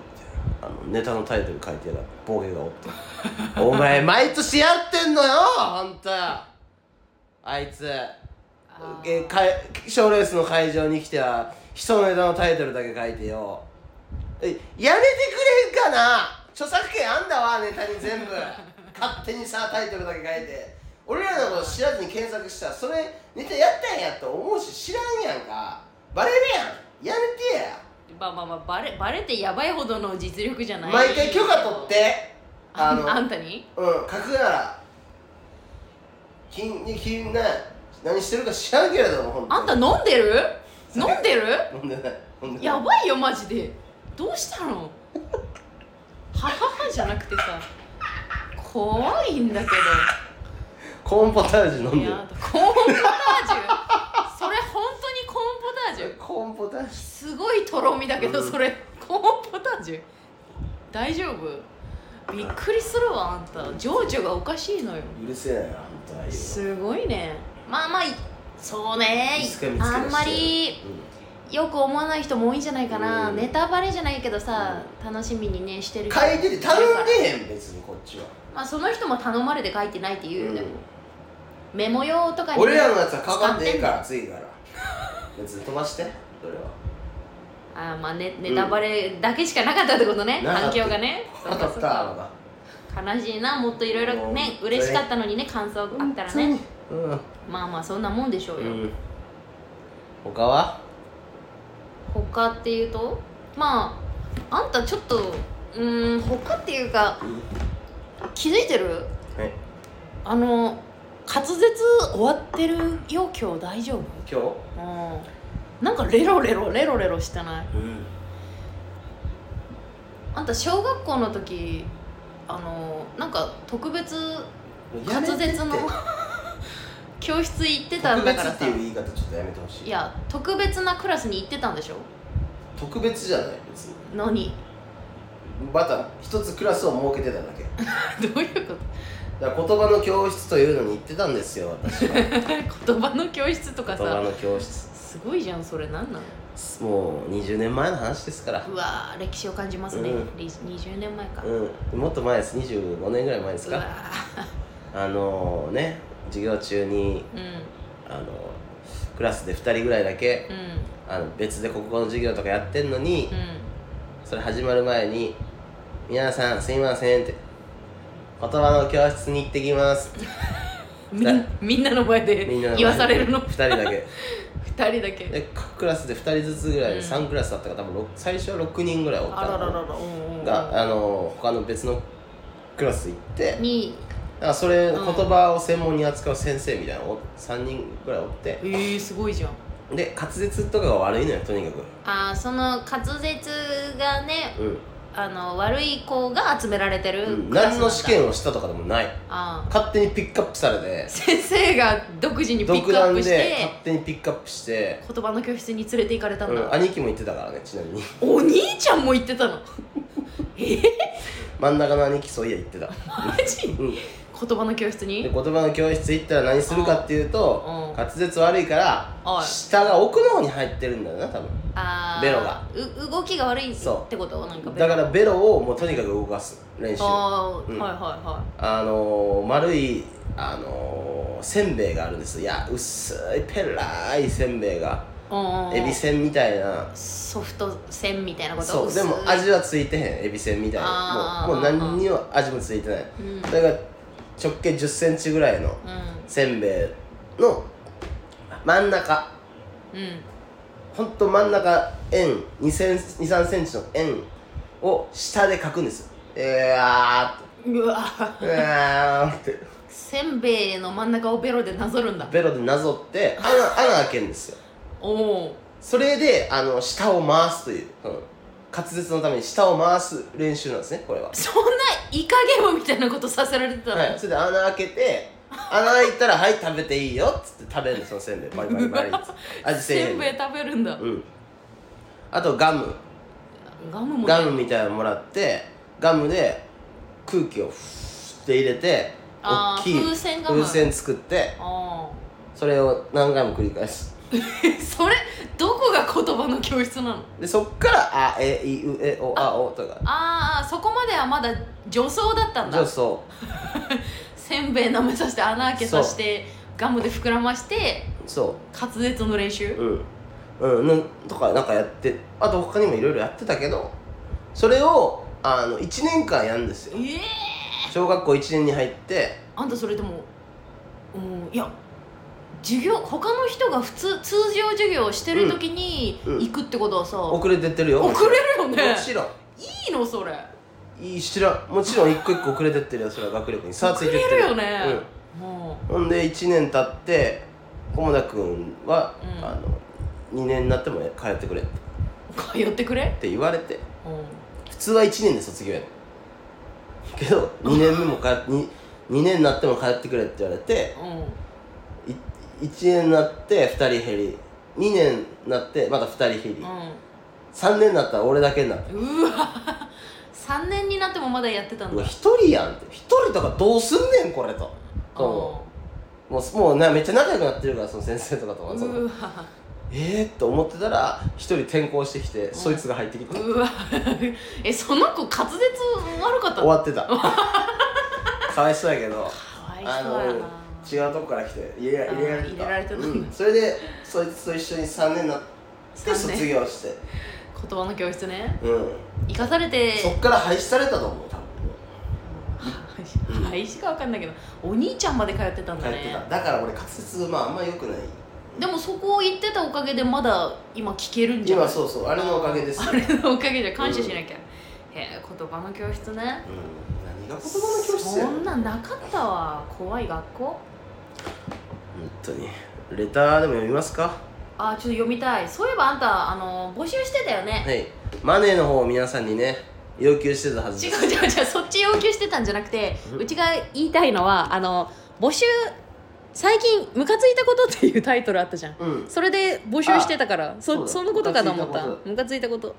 Speaker 2: なあのネタのタイトル書いてたらボケがおって お前毎年やってんのよあんたあいつ
Speaker 1: あー
Speaker 2: えか賞レースの会場に来ては人のネタのタイトルだけ書いてよえやめてくれんかな著作権あんだわネタに 全部勝手にさタイトルだけ書いて俺らのこと知らずに検索したらそれネタやったんやと思うし知らんやんかバレるやんやめてや
Speaker 1: まあまあまあバレバレてやばいほどの実力じゃない
Speaker 2: 毎回許可取ってあ
Speaker 1: あ
Speaker 2: の
Speaker 1: あんたに
Speaker 2: うん書くなら金に金ね何してるか知らんけれども本
Speaker 1: あんた
Speaker 2: に
Speaker 1: 飲んでる飲んでる
Speaker 2: 飲んでない飲んでない
Speaker 1: やばいよマジでどうしたのはははじゃなくてさ怖いんだけ
Speaker 2: コーンポタージュ
Speaker 1: ど
Speaker 2: 飲ん
Speaker 1: い
Speaker 2: でる
Speaker 1: やコーンポタージュそれ本当にコーンポタージュ
Speaker 2: コーンポタージ
Speaker 1: すごいとろみだけど
Speaker 2: うん
Speaker 1: それコーンポタージュ大丈夫びっくりするわあんた情緒がおかしいのよ
Speaker 2: ュうるせえなよあんたああいうの
Speaker 1: すごいねまあまあいそうね
Speaker 2: いつか見つけ出して
Speaker 1: あんまりよく思わない人も多いんじゃないかな、
Speaker 2: うん
Speaker 1: ネタバレじゃないけどさ、楽しみにねして
Speaker 2: う
Speaker 1: る
Speaker 2: ん
Speaker 1: 人
Speaker 2: 書いてて頼んでへん別にこっちは、
Speaker 1: まあその人も頼まれて書いてないって言うよね、
Speaker 2: う
Speaker 1: メモ用とか
Speaker 2: ん、
Speaker 1: に
Speaker 2: 俺らのやつはかかんでええから次から別に飛ばしてそれは
Speaker 1: あーまあネネタバレだけしかなかったってことね、
Speaker 2: なか
Speaker 1: 反
Speaker 2: った
Speaker 1: 響がね
Speaker 2: 当たったのが
Speaker 1: 悲しいなもっといろいろね
Speaker 2: うん
Speaker 1: 嬉しかったのにね感想あったらね
Speaker 2: うん、
Speaker 1: まあまあそんなもんでしょうよ、
Speaker 2: うん、他は
Speaker 1: 他っていうとまああんたちょっとうーん他っていうか気づいてる
Speaker 2: はい
Speaker 1: あの滑舌終わってるよ今日大丈夫
Speaker 2: 今日
Speaker 1: うんなんかレロレロレロレロしてない
Speaker 2: うん
Speaker 1: あんた小学校の時あのなんか特別滑
Speaker 2: やめてって
Speaker 1: 舌の教室行ってたん
Speaker 2: 特
Speaker 1: だ
Speaker 2: 別
Speaker 1: から
Speaker 2: って
Speaker 1: さ
Speaker 2: いう言い方ちょっとやめてほしい
Speaker 1: いや特別なクラスに行ってたんでしょ
Speaker 2: 特別じゃない別に
Speaker 1: 何
Speaker 2: また一つクラスを設けてただ け
Speaker 1: どういうこと
Speaker 2: だから言葉の教室というのに行ってたんで すよ私は
Speaker 1: 言葉の教室とか
Speaker 2: 言葉
Speaker 1: さ
Speaker 2: の教室
Speaker 1: すごいじゃんそれ何なの
Speaker 2: もう20年前の話ですから
Speaker 1: うわー歴史を感じますね、
Speaker 2: うん
Speaker 1: り20年前か、
Speaker 2: うんもっと前です25年ぐらい前です
Speaker 1: うわ
Speaker 2: かあのね授業中に
Speaker 1: ーうん
Speaker 2: あのクラスで2人ぐらいだけ
Speaker 1: うん
Speaker 2: あの別で国語の授業とかやってんのに
Speaker 1: うん
Speaker 2: それ始まる前に「皆さんすいません」って「言葉の教室に行ってきます」って
Speaker 1: みんみんなの前で
Speaker 2: みんなの前で
Speaker 1: 言わされるの
Speaker 2: 2人だけ
Speaker 1: 2人だけ
Speaker 2: で各クラスで2人ずつぐらいで
Speaker 1: うん
Speaker 2: 3クラスだったから多分ろく最初は6人ぐらいおった
Speaker 1: あ
Speaker 2: の
Speaker 1: ららららうんうん
Speaker 2: が、あの他の別のクラス行ってだ
Speaker 1: に
Speaker 2: からそれ、
Speaker 1: うん
Speaker 2: 言葉を専門に扱う先生みたいなのお3人ぐらいおって
Speaker 1: えー、すごいじゃん
Speaker 2: で滑舌とかが悪いのよとにかく
Speaker 1: あーその滑舌がね
Speaker 2: うん、
Speaker 1: あの悪い子が集められてる
Speaker 2: うん、
Speaker 1: クラス
Speaker 2: 何
Speaker 1: なんだ
Speaker 2: の試験をしたとかでもない
Speaker 1: あ
Speaker 2: 勝手にピックアップされ
Speaker 1: ー
Speaker 2: て
Speaker 1: 先生が独自にピッ
Speaker 2: 独
Speaker 1: クアッ
Speaker 2: 断
Speaker 1: プし
Speaker 2: で
Speaker 1: て
Speaker 2: 勝手にピックアップして、
Speaker 1: 言葉の教室に連れて行かれたん
Speaker 2: う
Speaker 1: だ、
Speaker 2: ん、兄貴も言ってたからねちなみに
Speaker 1: お兄ちゃんも言ってたのえ
Speaker 2: 真ん中の兄貴そういや言ってた、
Speaker 1: マジ
Speaker 2: うん、
Speaker 1: 言葉の教室
Speaker 2: で
Speaker 1: に
Speaker 2: 言葉の教室行ったら何するかっていうと、
Speaker 1: うん
Speaker 2: 滑舌悪いから、
Speaker 1: はい
Speaker 2: 下が奥の方に入ってるんだよな多分
Speaker 1: あー
Speaker 2: ベロが
Speaker 1: う動きが悪いっ
Speaker 2: そう
Speaker 1: てことなんかベロ
Speaker 2: だからベロをもうとにかく動かす練習あ
Speaker 1: あー、
Speaker 2: うん
Speaker 1: はいはいはい
Speaker 2: のー、丸いあのー、せんべいがあるんですいや薄いペラーいせんべいが
Speaker 1: うんうんうん
Speaker 2: エビせんみたいな
Speaker 1: ソフト線みたいなこと
Speaker 2: そう
Speaker 1: 薄
Speaker 2: で
Speaker 1: い
Speaker 2: も味はついてへんエビせんみたい
Speaker 1: あ
Speaker 2: な
Speaker 1: ー
Speaker 2: もうもう何にも味もついてない
Speaker 1: うんうん
Speaker 2: それが直径1 0センチぐらいのせんべいの真ん中
Speaker 1: うん
Speaker 2: ほんと真ん中円2センチ23センチの円を下で描くんですよえーあ
Speaker 1: うわ
Speaker 2: ーってうわーって
Speaker 1: せんべいの真ん中をベロでなぞるんだ
Speaker 2: ベロでなぞって穴穴開けるんですよ
Speaker 1: おお
Speaker 2: それであの下を回すという、うん、滑舌のために下を回す練習なんですねこれは
Speaker 1: そんなイカゲームみたいなことさせられてたの、
Speaker 2: はい、それで穴開けて穴開いたら「はい食べていいよ」っつって食べるんですそのせんべいバリバリバリっつ って味せえ
Speaker 1: せ
Speaker 2: へ
Speaker 1: ん
Speaker 2: ん
Speaker 1: べい食べるんだ、
Speaker 2: うんあとガム
Speaker 1: ガムも
Speaker 2: ガムみたいなのもらってガムで空気をふーって入れて
Speaker 1: あー
Speaker 2: 大きい
Speaker 1: 風船ガム
Speaker 2: 風船作って
Speaker 1: あ
Speaker 2: それを何回も繰り返す
Speaker 1: それどこが言葉の教室なの
Speaker 2: でそっからあえいうえおあおとか
Speaker 1: あーあーそこまではまだ女装だったん
Speaker 2: じゃあ
Speaker 1: だ
Speaker 2: そ
Speaker 1: せんべい舐めさせて穴開けさせてガムで膨らまして
Speaker 2: うそ
Speaker 1: 滑舌の練習
Speaker 2: ううんうんなんとかなんかやってあと他にもいろいろやってたけどそれをあの1年間やるんですよ
Speaker 1: ええ
Speaker 2: 小学校1年に入って
Speaker 1: あんたそれでもうんいや授業他の人が普通通常授業をしてる時に
Speaker 2: うんうん
Speaker 1: 行くってことはさ、
Speaker 2: 遅れてってるよ
Speaker 1: 遅れるよね
Speaker 2: もちろん
Speaker 1: いいのそれ
Speaker 2: いい知らんもちろん一個一個遅れてってるよそれは学力に差ついてって
Speaker 1: 遅
Speaker 2: る
Speaker 1: れるよね、も
Speaker 2: うん、ほんで1年経って菰田君は、
Speaker 1: うん
Speaker 2: あの2年になっても通ってくれって
Speaker 1: う通ってくれ、
Speaker 2: 言われて
Speaker 1: う
Speaker 2: 普通は1年で卒業やねんけど2年目も通ってに2年になっても通ってくれって言われて
Speaker 1: んうん、
Speaker 2: い1年になって2人減り2年になってまた2人減り、3年になったら俺だけになった
Speaker 1: うん、うわ3年になってもまだやってたん
Speaker 2: うわ
Speaker 1: だ
Speaker 2: 1人やんって1人とかどうすんねんこれとともうもうなめっちゃ仲良くなってるからその先生とかと
Speaker 1: う
Speaker 2: は
Speaker 1: ん
Speaker 2: その
Speaker 1: うわ
Speaker 2: えー、っと思ってたら1人転校してきて、そいつが入ってきて、
Speaker 1: うわえその子滑舌悪かった
Speaker 2: 終
Speaker 1: の
Speaker 2: わってたかわいそうやけど
Speaker 1: かわい
Speaker 2: あ
Speaker 1: そうやな
Speaker 2: の違うとこから来て入れら
Speaker 1: あー
Speaker 2: 入れられてた
Speaker 1: 入れられてたんだ
Speaker 2: うん、それでそいつと一緒に3年になって
Speaker 1: 三年
Speaker 2: 卒業して、
Speaker 1: 言葉の教室ね
Speaker 2: うん、
Speaker 1: 生かされて
Speaker 2: そっから廃止されたと思う多
Speaker 1: はいしかわかんないけどお兄ちゃんまで通ってたんだ
Speaker 2: 分帰って
Speaker 1: ね
Speaker 2: ただから俺滑舌まああんま良くない
Speaker 1: でもそこを行ってたおかげでまだ今聞けるんじゃん
Speaker 2: 今そうそうあれのおかげですよ、
Speaker 1: あ
Speaker 2: うん、
Speaker 1: れのおかげじゃ感謝しなきゃ、へえ言葉の教室ね
Speaker 2: 何が言葉の教室や
Speaker 1: そん
Speaker 2: 本
Speaker 1: なんなかったわ怖い学校
Speaker 2: 当にレターでも読みますか
Speaker 1: あーちょっと読みたいそういえばあんたあの募集してたよね
Speaker 2: はいマネーの方を皆さんにね要求してたはず
Speaker 1: 違
Speaker 2: で
Speaker 1: う
Speaker 2: す
Speaker 1: 違う違うそっち要求してたんじゃなくて
Speaker 2: うん
Speaker 1: うちが言いたいのはあの募集最近ムカついたことっていうタイトルあったじゃん
Speaker 2: うん
Speaker 1: それで募集してたから
Speaker 2: そう
Speaker 1: そ
Speaker 2: だ
Speaker 1: そのことかと思ったムカついたこと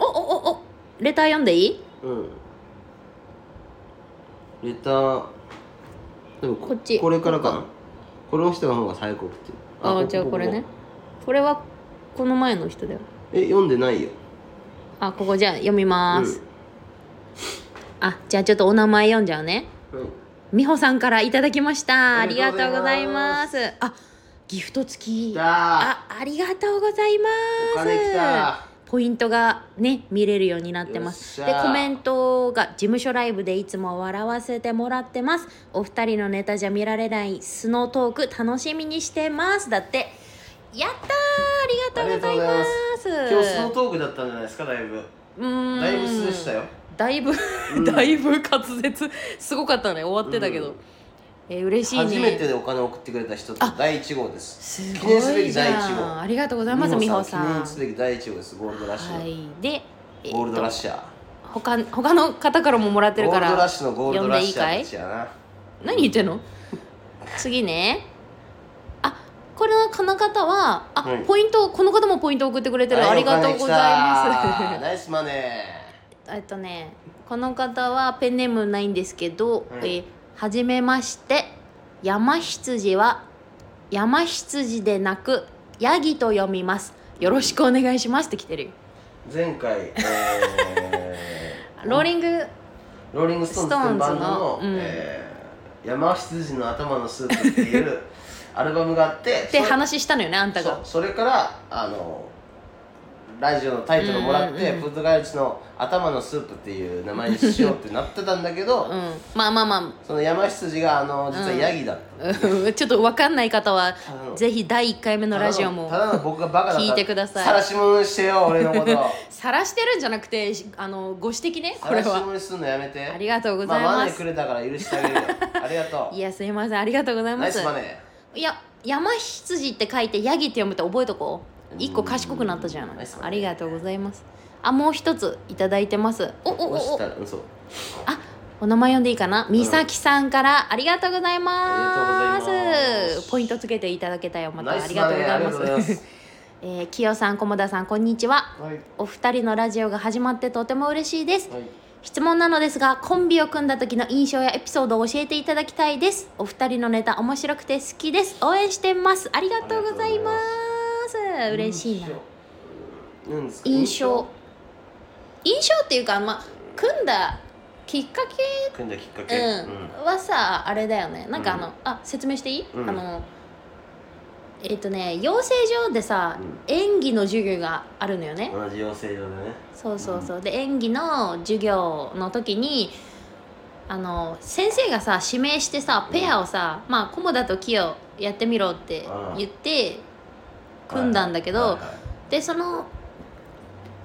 Speaker 1: おおおおレター読んでいい
Speaker 2: うんレターでも
Speaker 1: こっち
Speaker 2: これからかなこの人の方が最高っていう
Speaker 1: ああじゃあこれね
Speaker 2: こ
Speaker 1: これはこの前の人だよ
Speaker 2: え読んでないよ
Speaker 1: あここじゃあ読みます、あじゃあちょっとお名前読んじゃうね
Speaker 2: うん、はい
Speaker 1: 美穂さんからいただきました
Speaker 2: あ
Speaker 1: あ
Speaker 2: り
Speaker 1: り
Speaker 2: が
Speaker 1: が
Speaker 2: と
Speaker 1: と
Speaker 2: う
Speaker 1: う
Speaker 2: ご
Speaker 1: ご
Speaker 2: ざ
Speaker 1: ざ
Speaker 2: い
Speaker 1: い
Speaker 2: ま
Speaker 1: ますすあギフト付き
Speaker 2: 来た
Speaker 1: あありがとうございま
Speaker 2: お
Speaker 1: す
Speaker 2: 金来た
Speaker 1: ポイントがね見れるようになってます
Speaker 2: よっ
Speaker 1: で
Speaker 2: しゃ
Speaker 1: コメントが「事務所ライブでいつも笑わせてもらってます」「お二人のネタじゃ見られないスノートーク楽しみにしてます」だってやったーありがとうございます
Speaker 2: 今日そのトークだったんじゃないですかだいぶ
Speaker 1: うーん
Speaker 2: だいぶ素でしたよ
Speaker 1: だいぶ、
Speaker 2: うん
Speaker 1: だいぶ滑舌すごかったね終わってたけど、
Speaker 2: うん
Speaker 1: えー嬉しいね
Speaker 2: 初めてでお金送ってくれた人って第一号です
Speaker 1: す
Speaker 2: 記
Speaker 1: ご
Speaker 2: 念すべ
Speaker 1: い
Speaker 2: き
Speaker 1: じゃ
Speaker 2: 第一
Speaker 1: ん
Speaker 2: 号
Speaker 1: ありがとうございます美穂さん
Speaker 2: 記念すべき第一号ですゴールドラッシュの、
Speaker 1: はいでえっと
Speaker 2: ゴールドラッシャー
Speaker 1: 他他の方からももらってる
Speaker 2: ゴー
Speaker 1: か
Speaker 2: ルドラッ
Speaker 1: ら
Speaker 2: シュのゴールドラッシャーたちやな
Speaker 1: 何言ってんの次ねあこれはこの方はあ、
Speaker 2: はい
Speaker 1: ポイントをこの方もポイント送ってくれてる、
Speaker 2: はい
Speaker 1: ありがとうござい
Speaker 2: お金
Speaker 1: ま
Speaker 2: 来た
Speaker 1: す
Speaker 2: ナイスマネ
Speaker 1: えっとねこの方はペンネームないんですけど「
Speaker 2: うん
Speaker 1: えーはじめまして山羊は山羊でなくヤギと読みますよろしくお願いします」って来てるよ
Speaker 2: ー前回、えー
Speaker 1: ローリング
Speaker 2: ローリングストーンズっていうバンドの
Speaker 1: ストーンズのうん
Speaker 2: えー山羊の頭のスープ」っていうアルバムがあ って
Speaker 1: って
Speaker 2: そ
Speaker 1: 話したのよねあんた
Speaker 2: そ
Speaker 1: が
Speaker 2: うそれからあのラジオのタイトルもら
Speaker 1: う
Speaker 2: って、
Speaker 1: んうんうん
Speaker 2: ポルトガル人の頭のスープっていう名前にしようってなってたんだけど、
Speaker 1: うんまあまあまあ
Speaker 2: その山羊があの実はヤギだった、
Speaker 1: うんちょっと分かんない方は
Speaker 2: ただの
Speaker 1: ぜひ第1回目のラジオも
Speaker 2: ただのただの僕がバカだった
Speaker 1: 聞いてください
Speaker 2: 晒し者にしてよ 俺のこと
Speaker 1: 晒してるんじゃなくてしあのご指摘ねこれ
Speaker 2: 晒し
Speaker 1: は
Speaker 2: 者にするのやめて
Speaker 1: ありがとうございます
Speaker 2: あ、マネーくれたから許してあげる よありがと
Speaker 1: いやすいませんありがとうございう
Speaker 2: ナ
Speaker 1: ま
Speaker 2: イ
Speaker 1: す
Speaker 2: スマネ
Speaker 1: いや山羊って書いてヤギって読むって覚えとこう
Speaker 2: うん
Speaker 1: 一個賢くなったじゃ
Speaker 2: ナ
Speaker 1: な
Speaker 2: イ
Speaker 1: い
Speaker 2: スだね
Speaker 1: ありがとうございますあもう一ついただいてますお
Speaker 2: ー
Speaker 1: おお
Speaker 2: 押し
Speaker 1: お
Speaker 2: たらうんそう
Speaker 1: お名前読んでいいかなみさきさんからありがとうございます
Speaker 2: ありがとうございます
Speaker 1: ポイントつけていただけたよまた
Speaker 2: ナイ
Speaker 1: あり
Speaker 2: ス
Speaker 1: が
Speaker 2: マ
Speaker 1: と
Speaker 2: ネ
Speaker 1: うご
Speaker 2: ー
Speaker 1: ざ
Speaker 2: あ
Speaker 1: い
Speaker 2: りが
Speaker 1: ま
Speaker 2: とう
Speaker 1: す
Speaker 2: ございます
Speaker 1: えー、きよさんこもださんこんにちは
Speaker 2: はい
Speaker 1: お二人のラジオが始まってとても嬉しいです
Speaker 2: はい
Speaker 1: 質問なのですがコンビを組んだ時の印象やエピソードを教えていただきたいですお二人のネタ面白くて好きです応援してますありがとうございます嬉しいな
Speaker 2: なんですか
Speaker 1: 印象印象っていうかまあ組んだきっかけ
Speaker 2: 組んだきっか
Speaker 1: う
Speaker 2: け
Speaker 1: んはさあれだよねなんかあの、
Speaker 2: うん
Speaker 1: あ説明していい、
Speaker 2: うん
Speaker 1: あのえっ、とね養成所でさ、
Speaker 2: うん
Speaker 1: 演技の授業があるのよね、
Speaker 2: 同じ養成所でね
Speaker 1: そうそうそう、で演技の授業の時にあの先生がさ指名してさペアをさ、まあコモダとキヨやってみろって言って組んだんだけど、
Speaker 2: はいはいはい
Speaker 1: でその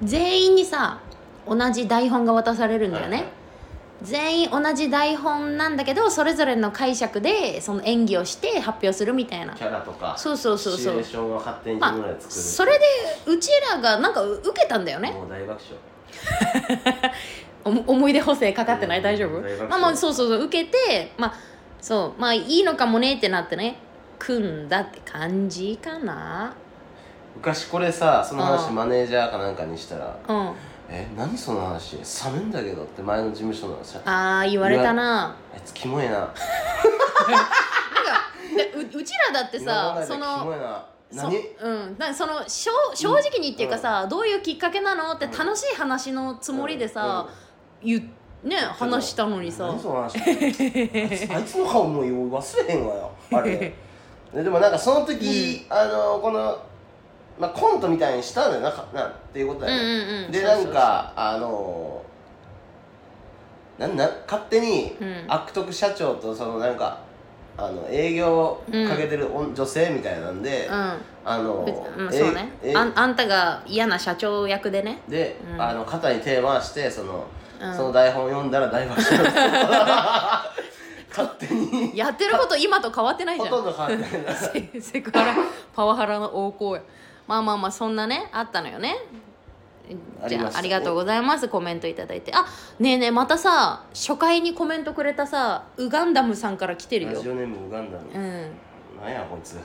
Speaker 1: 全員にさ同じ台本が渡されるんだよね、
Speaker 2: はいはい
Speaker 1: 全員同じ台本なんだけどそれぞれの解釈でその演技をして発表するみたいな
Speaker 2: キャラとか
Speaker 1: そうそうそうそう
Speaker 2: シチュエーションを勝手に自分らで作る
Speaker 1: それでうちらがなんか受けたんだよね
Speaker 2: もう大爆
Speaker 1: おも思い出補正かかってない大丈夫
Speaker 2: 大学生
Speaker 1: まあまあそうそうそう受けてまあそうまあいいのかもねってなってね組んだって感じかな
Speaker 2: 笑昔これさその話
Speaker 1: うん
Speaker 2: マネージャーかなんかにしたら
Speaker 1: うん
Speaker 2: 「え何その話寒いんだけど」って前の事務所のさ「あ
Speaker 1: ああ言われたな、
Speaker 2: いつキモいな」
Speaker 1: でううちらだって
Speaker 2: 今
Speaker 1: さ
Speaker 2: 考えた
Speaker 1: そ
Speaker 2: らキモ
Speaker 1: の
Speaker 2: いな
Speaker 1: そ
Speaker 2: 何
Speaker 1: うん、だそのしょう正直にっていうかさ、どういうきっかけなのって楽しい話のつもりでさ、言うね話したのにさ、
Speaker 2: 何そ の話あいつあいつの顔もう忘れへんわよ あれででもなんかその時、あのこの、まあ、コントみたいにしたんだよなかなんっていうこと
Speaker 1: うん
Speaker 2: だ
Speaker 1: う
Speaker 2: よね、
Speaker 1: んうん
Speaker 2: で
Speaker 1: そう
Speaker 2: な
Speaker 1: そうんそう
Speaker 2: かあのなんなん勝手に、
Speaker 1: うん
Speaker 2: 悪徳社長とそのなんかあの営業をかけてる女,、女性みたいなんで、
Speaker 1: うん
Speaker 2: あの、
Speaker 1: うん、そうね
Speaker 2: ええ
Speaker 1: あんあんたが嫌な社長役でね
Speaker 2: で、
Speaker 1: うん
Speaker 2: あの肩に手回してその、
Speaker 1: うん
Speaker 2: その台本読んだら大爆笑 勝手に
Speaker 1: やってること今と変わってないじ
Speaker 2: ほ
Speaker 1: ゃ
Speaker 2: とん
Speaker 1: ん
Speaker 2: ど変わってないな
Speaker 1: セ セクハラパワハラの横行やまあまあまあそんなねあったのよね
Speaker 2: あ
Speaker 1: じ
Speaker 2: り
Speaker 1: ゃ
Speaker 2: ま
Speaker 1: あ
Speaker 2: した
Speaker 1: ありがとうございますコメントいただいてあねえねえまたさ初回にコメントくれたさウガンダムさんから来てる
Speaker 2: ラ
Speaker 1: よ
Speaker 2: ジオネームウガンダの、
Speaker 1: うん
Speaker 2: なんやこいつ、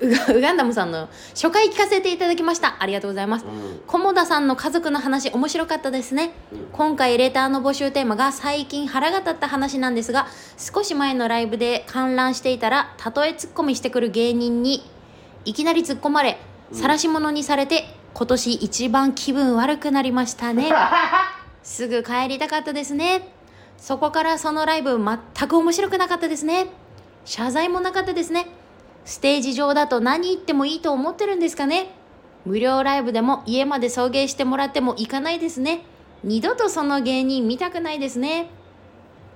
Speaker 1: ウガウガンダムさんの初回聞かせていただきましたありがとうございます
Speaker 2: うん、
Speaker 1: 菰田さんの家族の話面白かったですね、
Speaker 2: うん
Speaker 1: 今回レターの募集テーマが最近腹が立った話なんですが少し前のライブで観覧していたらたとえツッコミしてくる芸人にいきなり突っ込まれ
Speaker 2: うん
Speaker 1: 晒し者にされて、今年一番気分悪くなりましたねすぐ帰りたかったですねそこからそのライブ全く面白くなかったですね謝罪もなかったですねステージ上だと何言ってもいいと思ってるんですかね無料ライブでも家まで送迎してもらっても行かないですね二度とその芸人見たくないですね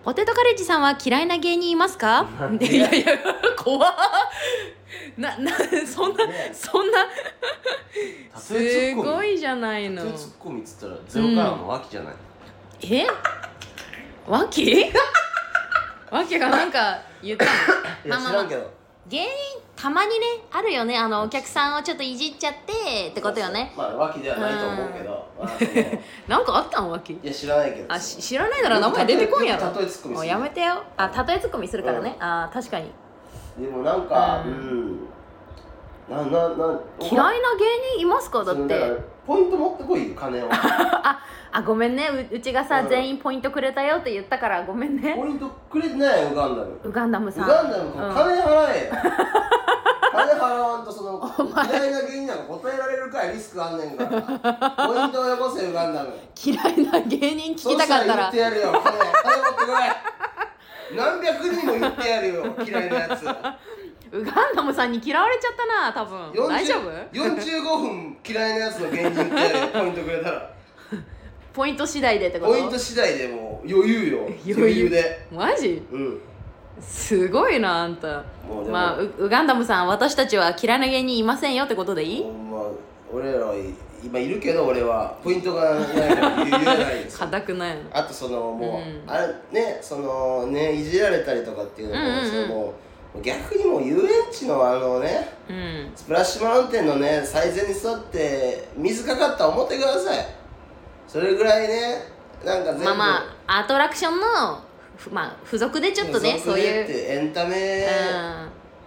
Speaker 1: ポテトカレッジさんは嫌いな芸人います か
Speaker 2: なんで
Speaker 1: いやいや怖っななそんな
Speaker 2: ね
Speaker 1: そんな
Speaker 2: タト
Speaker 1: す
Speaker 2: ゥーツッコミ
Speaker 1: ごいじゃない
Speaker 2: タ
Speaker 1: の
Speaker 2: トゥーツッコミっつったらゼロからの脇じゃない、
Speaker 1: えわきわきがなんか言 ったの
Speaker 2: いや
Speaker 1: まあまあ
Speaker 2: 知
Speaker 1: まあ
Speaker 2: らんけど、
Speaker 1: 芸人たまにねあるよねあのお客さんをちょっといじっちゃってってことよね
Speaker 2: まあ脇ではないと思うけど、まあその
Speaker 1: なんかあったんわき
Speaker 2: いや知らないけど
Speaker 1: あし知らないなら名前出てこんや
Speaker 2: よく
Speaker 1: ろ
Speaker 2: 例えツッコミ
Speaker 1: も
Speaker 2: す
Speaker 1: う
Speaker 2: る
Speaker 1: やめてよあたとえツッコミするからね、
Speaker 2: う
Speaker 1: ああ確かに
Speaker 2: でもなんか
Speaker 1: う
Speaker 2: うんん、ななな
Speaker 1: 嫌いな芸人いますかだ
Speaker 2: そ
Speaker 1: っ
Speaker 2: のだから
Speaker 1: て
Speaker 2: ポイント持ってこいよ 金を
Speaker 1: あごめんねううちがさ、
Speaker 2: うん
Speaker 1: 全員ポイントくれたよって言ったからごめんね
Speaker 2: ポイントくれてないよウガンダム
Speaker 1: ウガンダム
Speaker 2: ウ
Speaker 1: さん
Speaker 2: ガンダム
Speaker 1: うん
Speaker 2: 金 払えよ金払わんとその嫌いな芸人なんか答えられるかいリスクあんねんからポイントをよこせウガンダム
Speaker 1: 嫌いな芸人 聞きたかったら
Speaker 2: そうしたら言ってやるよ金金持ってこい何百人も言ってやるよ嫌いなやつ
Speaker 1: ウガンダムさんに嫌われちゃったな多分
Speaker 2: 40
Speaker 1: 大丈夫
Speaker 2: ?45 分嫌いなやつの芸人ってやれよポイントくれ たら
Speaker 1: ポイント次第でってこと
Speaker 2: ポイント次第でもう余裕よ
Speaker 1: 余
Speaker 2: 余
Speaker 1: 裕
Speaker 2: 裕で
Speaker 1: マジ
Speaker 2: うん
Speaker 1: すごいなあんた
Speaker 2: もうでも
Speaker 1: まあウウガンダムさん私たちは嫌いな芸人いませんよってことでいい
Speaker 2: ほんま俺らはい今いるけど俺はポイントがないから余裕がないです
Speaker 1: かたくないの
Speaker 2: あとそのもう、
Speaker 1: うん
Speaker 2: あれねそのねいじられたりとかっていうのも,、
Speaker 1: うんうんうん
Speaker 2: そのもう逆にもう遊園地のあのね
Speaker 1: うん
Speaker 2: スプラッシュマウンテンのね最前に座って水かかったら思ってくださいそれぐらいねなんか全部
Speaker 1: まあまあアトラクションのふまあ付属でちょっとね
Speaker 2: 付
Speaker 1: そう
Speaker 2: 属で
Speaker 1: い
Speaker 2: っ
Speaker 1: う、
Speaker 2: てエンタ
Speaker 1: うん
Speaker 2: メ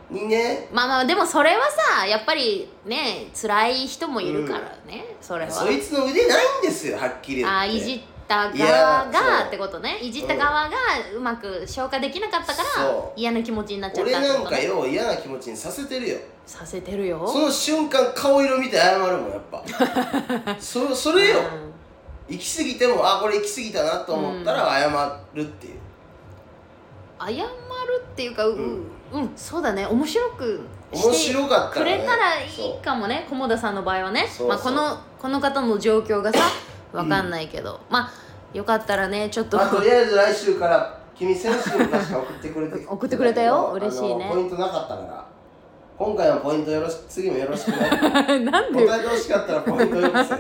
Speaker 2: にね、
Speaker 1: まあまあでもそれはさやっぱりね辛い人もいるからね、それは
Speaker 2: そいつの腕ないんですよはっきり言って
Speaker 1: あーいじった
Speaker 2: いや
Speaker 1: 側
Speaker 2: そ
Speaker 1: が
Speaker 2: う
Speaker 1: ってことねいじった側がうまく消化できなかったから
Speaker 2: そう
Speaker 1: 嫌な気持ちになっちゃった
Speaker 2: 俺
Speaker 1: って
Speaker 2: なん
Speaker 1: こと
Speaker 2: か
Speaker 1: ね
Speaker 2: よう嫌な気持ちにさせてるよ
Speaker 1: させてるよ
Speaker 2: その瞬間顔色見て謝るもんやっぱ そそれよ
Speaker 1: うん
Speaker 2: 行き過ぎてもあこれ行き過ぎたなと思ったら謝るっていう、
Speaker 1: 謝るっていうかう、
Speaker 2: うん
Speaker 1: うん、そうだね面白く
Speaker 2: 面
Speaker 1: して
Speaker 2: 白かっ
Speaker 1: く
Speaker 2: たら、ね、
Speaker 1: れたらいい
Speaker 2: そう
Speaker 1: かもね菰田さんの場合はね
Speaker 2: そうそう
Speaker 1: まあ、このこの方の状況がさ分かんないけど、まあよかったらねちょっと
Speaker 2: まあ、とりあえず来週から君先週も確か送ってくれて
Speaker 1: 送ってくれたよ
Speaker 2: あの
Speaker 1: 嬉しいね
Speaker 2: ポイントなかったから今回もポイントよろし次もよろしくね
Speaker 1: なん
Speaker 2: 答えてほしかったらポイントよこせ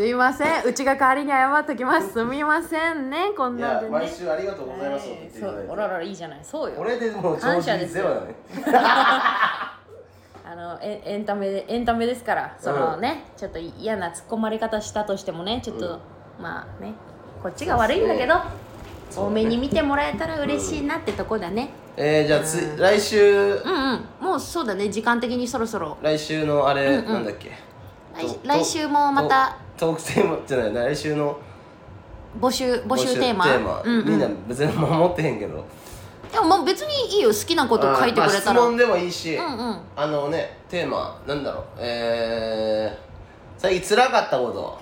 Speaker 1: すいませんうちが代わりに謝っときますすみませんねこん
Speaker 2: い
Speaker 1: なん
Speaker 2: や
Speaker 1: でね
Speaker 2: 毎週ありがとうございますって言っていただいて、
Speaker 1: そうおららいいじゃないそうよ
Speaker 2: 俺でもう調
Speaker 1: 感謝
Speaker 2: 子
Speaker 1: です
Speaker 2: ゼロだね
Speaker 1: あのエエンタメでエンタメですからその
Speaker 2: うん
Speaker 1: ね、ちょっと嫌な突っ込まれ方したとしてもねちょっと、まあねこっちが
Speaker 2: そう
Speaker 1: 悪
Speaker 2: です
Speaker 1: いん
Speaker 2: ね
Speaker 1: だけど、
Speaker 2: そうね
Speaker 1: 多めに見てもらえたら嬉しいなってとこだね
Speaker 2: えー、じゃあつ
Speaker 1: うん
Speaker 2: 来週、
Speaker 1: うんうんもうそうだね時間的にそろそろ
Speaker 2: 来週のあれ、
Speaker 1: うんうん
Speaker 2: なんだっけ
Speaker 1: 来
Speaker 2: と
Speaker 1: 来週もまた
Speaker 2: トークテーマじゃない来週の
Speaker 1: 募集募集テーマうん
Speaker 2: みん
Speaker 1: う、
Speaker 2: なん別に守ってへんけど
Speaker 1: でももう別にいいよ好きなこと書いてくれた
Speaker 2: あ
Speaker 1: ら、
Speaker 2: 質問でもいいし、
Speaker 1: うんうん
Speaker 2: あのねテーマなんだろうえー、最近辛かったこと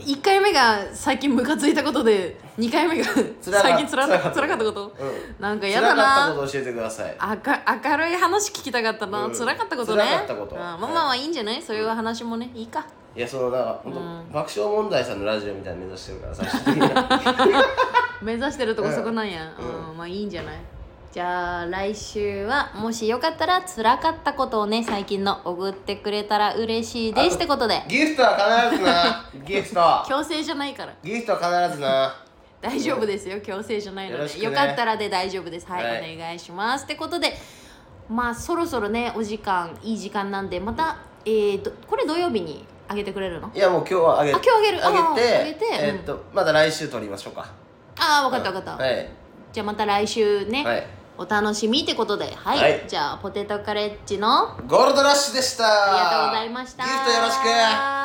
Speaker 1: 1回目が最近ムカついたことで2回目が
Speaker 2: 辛か
Speaker 1: 最近つら
Speaker 2: 辛かった
Speaker 1: 辛かったこと
Speaker 2: うん
Speaker 1: なんか
Speaker 2: 辛
Speaker 1: 嫌だ
Speaker 2: かった
Speaker 1: な
Speaker 2: こと教えてください
Speaker 1: あか明るい話聞きたかったな、
Speaker 2: うん
Speaker 1: 辛かったことね
Speaker 2: 辛かったこと
Speaker 1: うんまあ
Speaker 2: はい
Speaker 1: まあいいんじゃないそういう話もねいいか
Speaker 2: いやそのなんか本当、
Speaker 1: うん
Speaker 2: 爆笑問題さんのラジオみたいなの目指してるから最終的に
Speaker 1: 目指してるとこ
Speaker 2: うん
Speaker 1: そこなんや、
Speaker 2: うん
Speaker 1: うんまあいいんじゃないじゃあ来週はもしよかったら辛かったことをね最近の送ってくれたら嬉しいですってことで
Speaker 2: ギフトは必ずなギフト
Speaker 1: 強制じゃないから
Speaker 2: ギフトは必ずな
Speaker 1: 大丈夫ですよ強制じゃないの
Speaker 2: よろ
Speaker 1: で
Speaker 2: しく
Speaker 1: よ,、
Speaker 2: ね
Speaker 1: かったらで大丈夫ですはい、
Speaker 2: はい
Speaker 1: お願いしますってことでまあそろそろねお時間いい時間なんでまた、えー、どこれ土曜日にあげてくれるの
Speaker 2: いやもう今日はあげ
Speaker 1: あ今日あげる
Speaker 2: あげて
Speaker 1: ああげて
Speaker 2: えーっと、また来週撮りましょうか
Speaker 1: ああ分かった分かった、
Speaker 2: はい
Speaker 1: じゃあまた来週ね、
Speaker 2: はい
Speaker 1: お楽しみってことではい、
Speaker 2: はい
Speaker 1: じゃあポテトカレッジの
Speaker 2: ゴールドラッシュでした
Speaker 1: ありがとうございました
Speaker 2: ギフトよろしく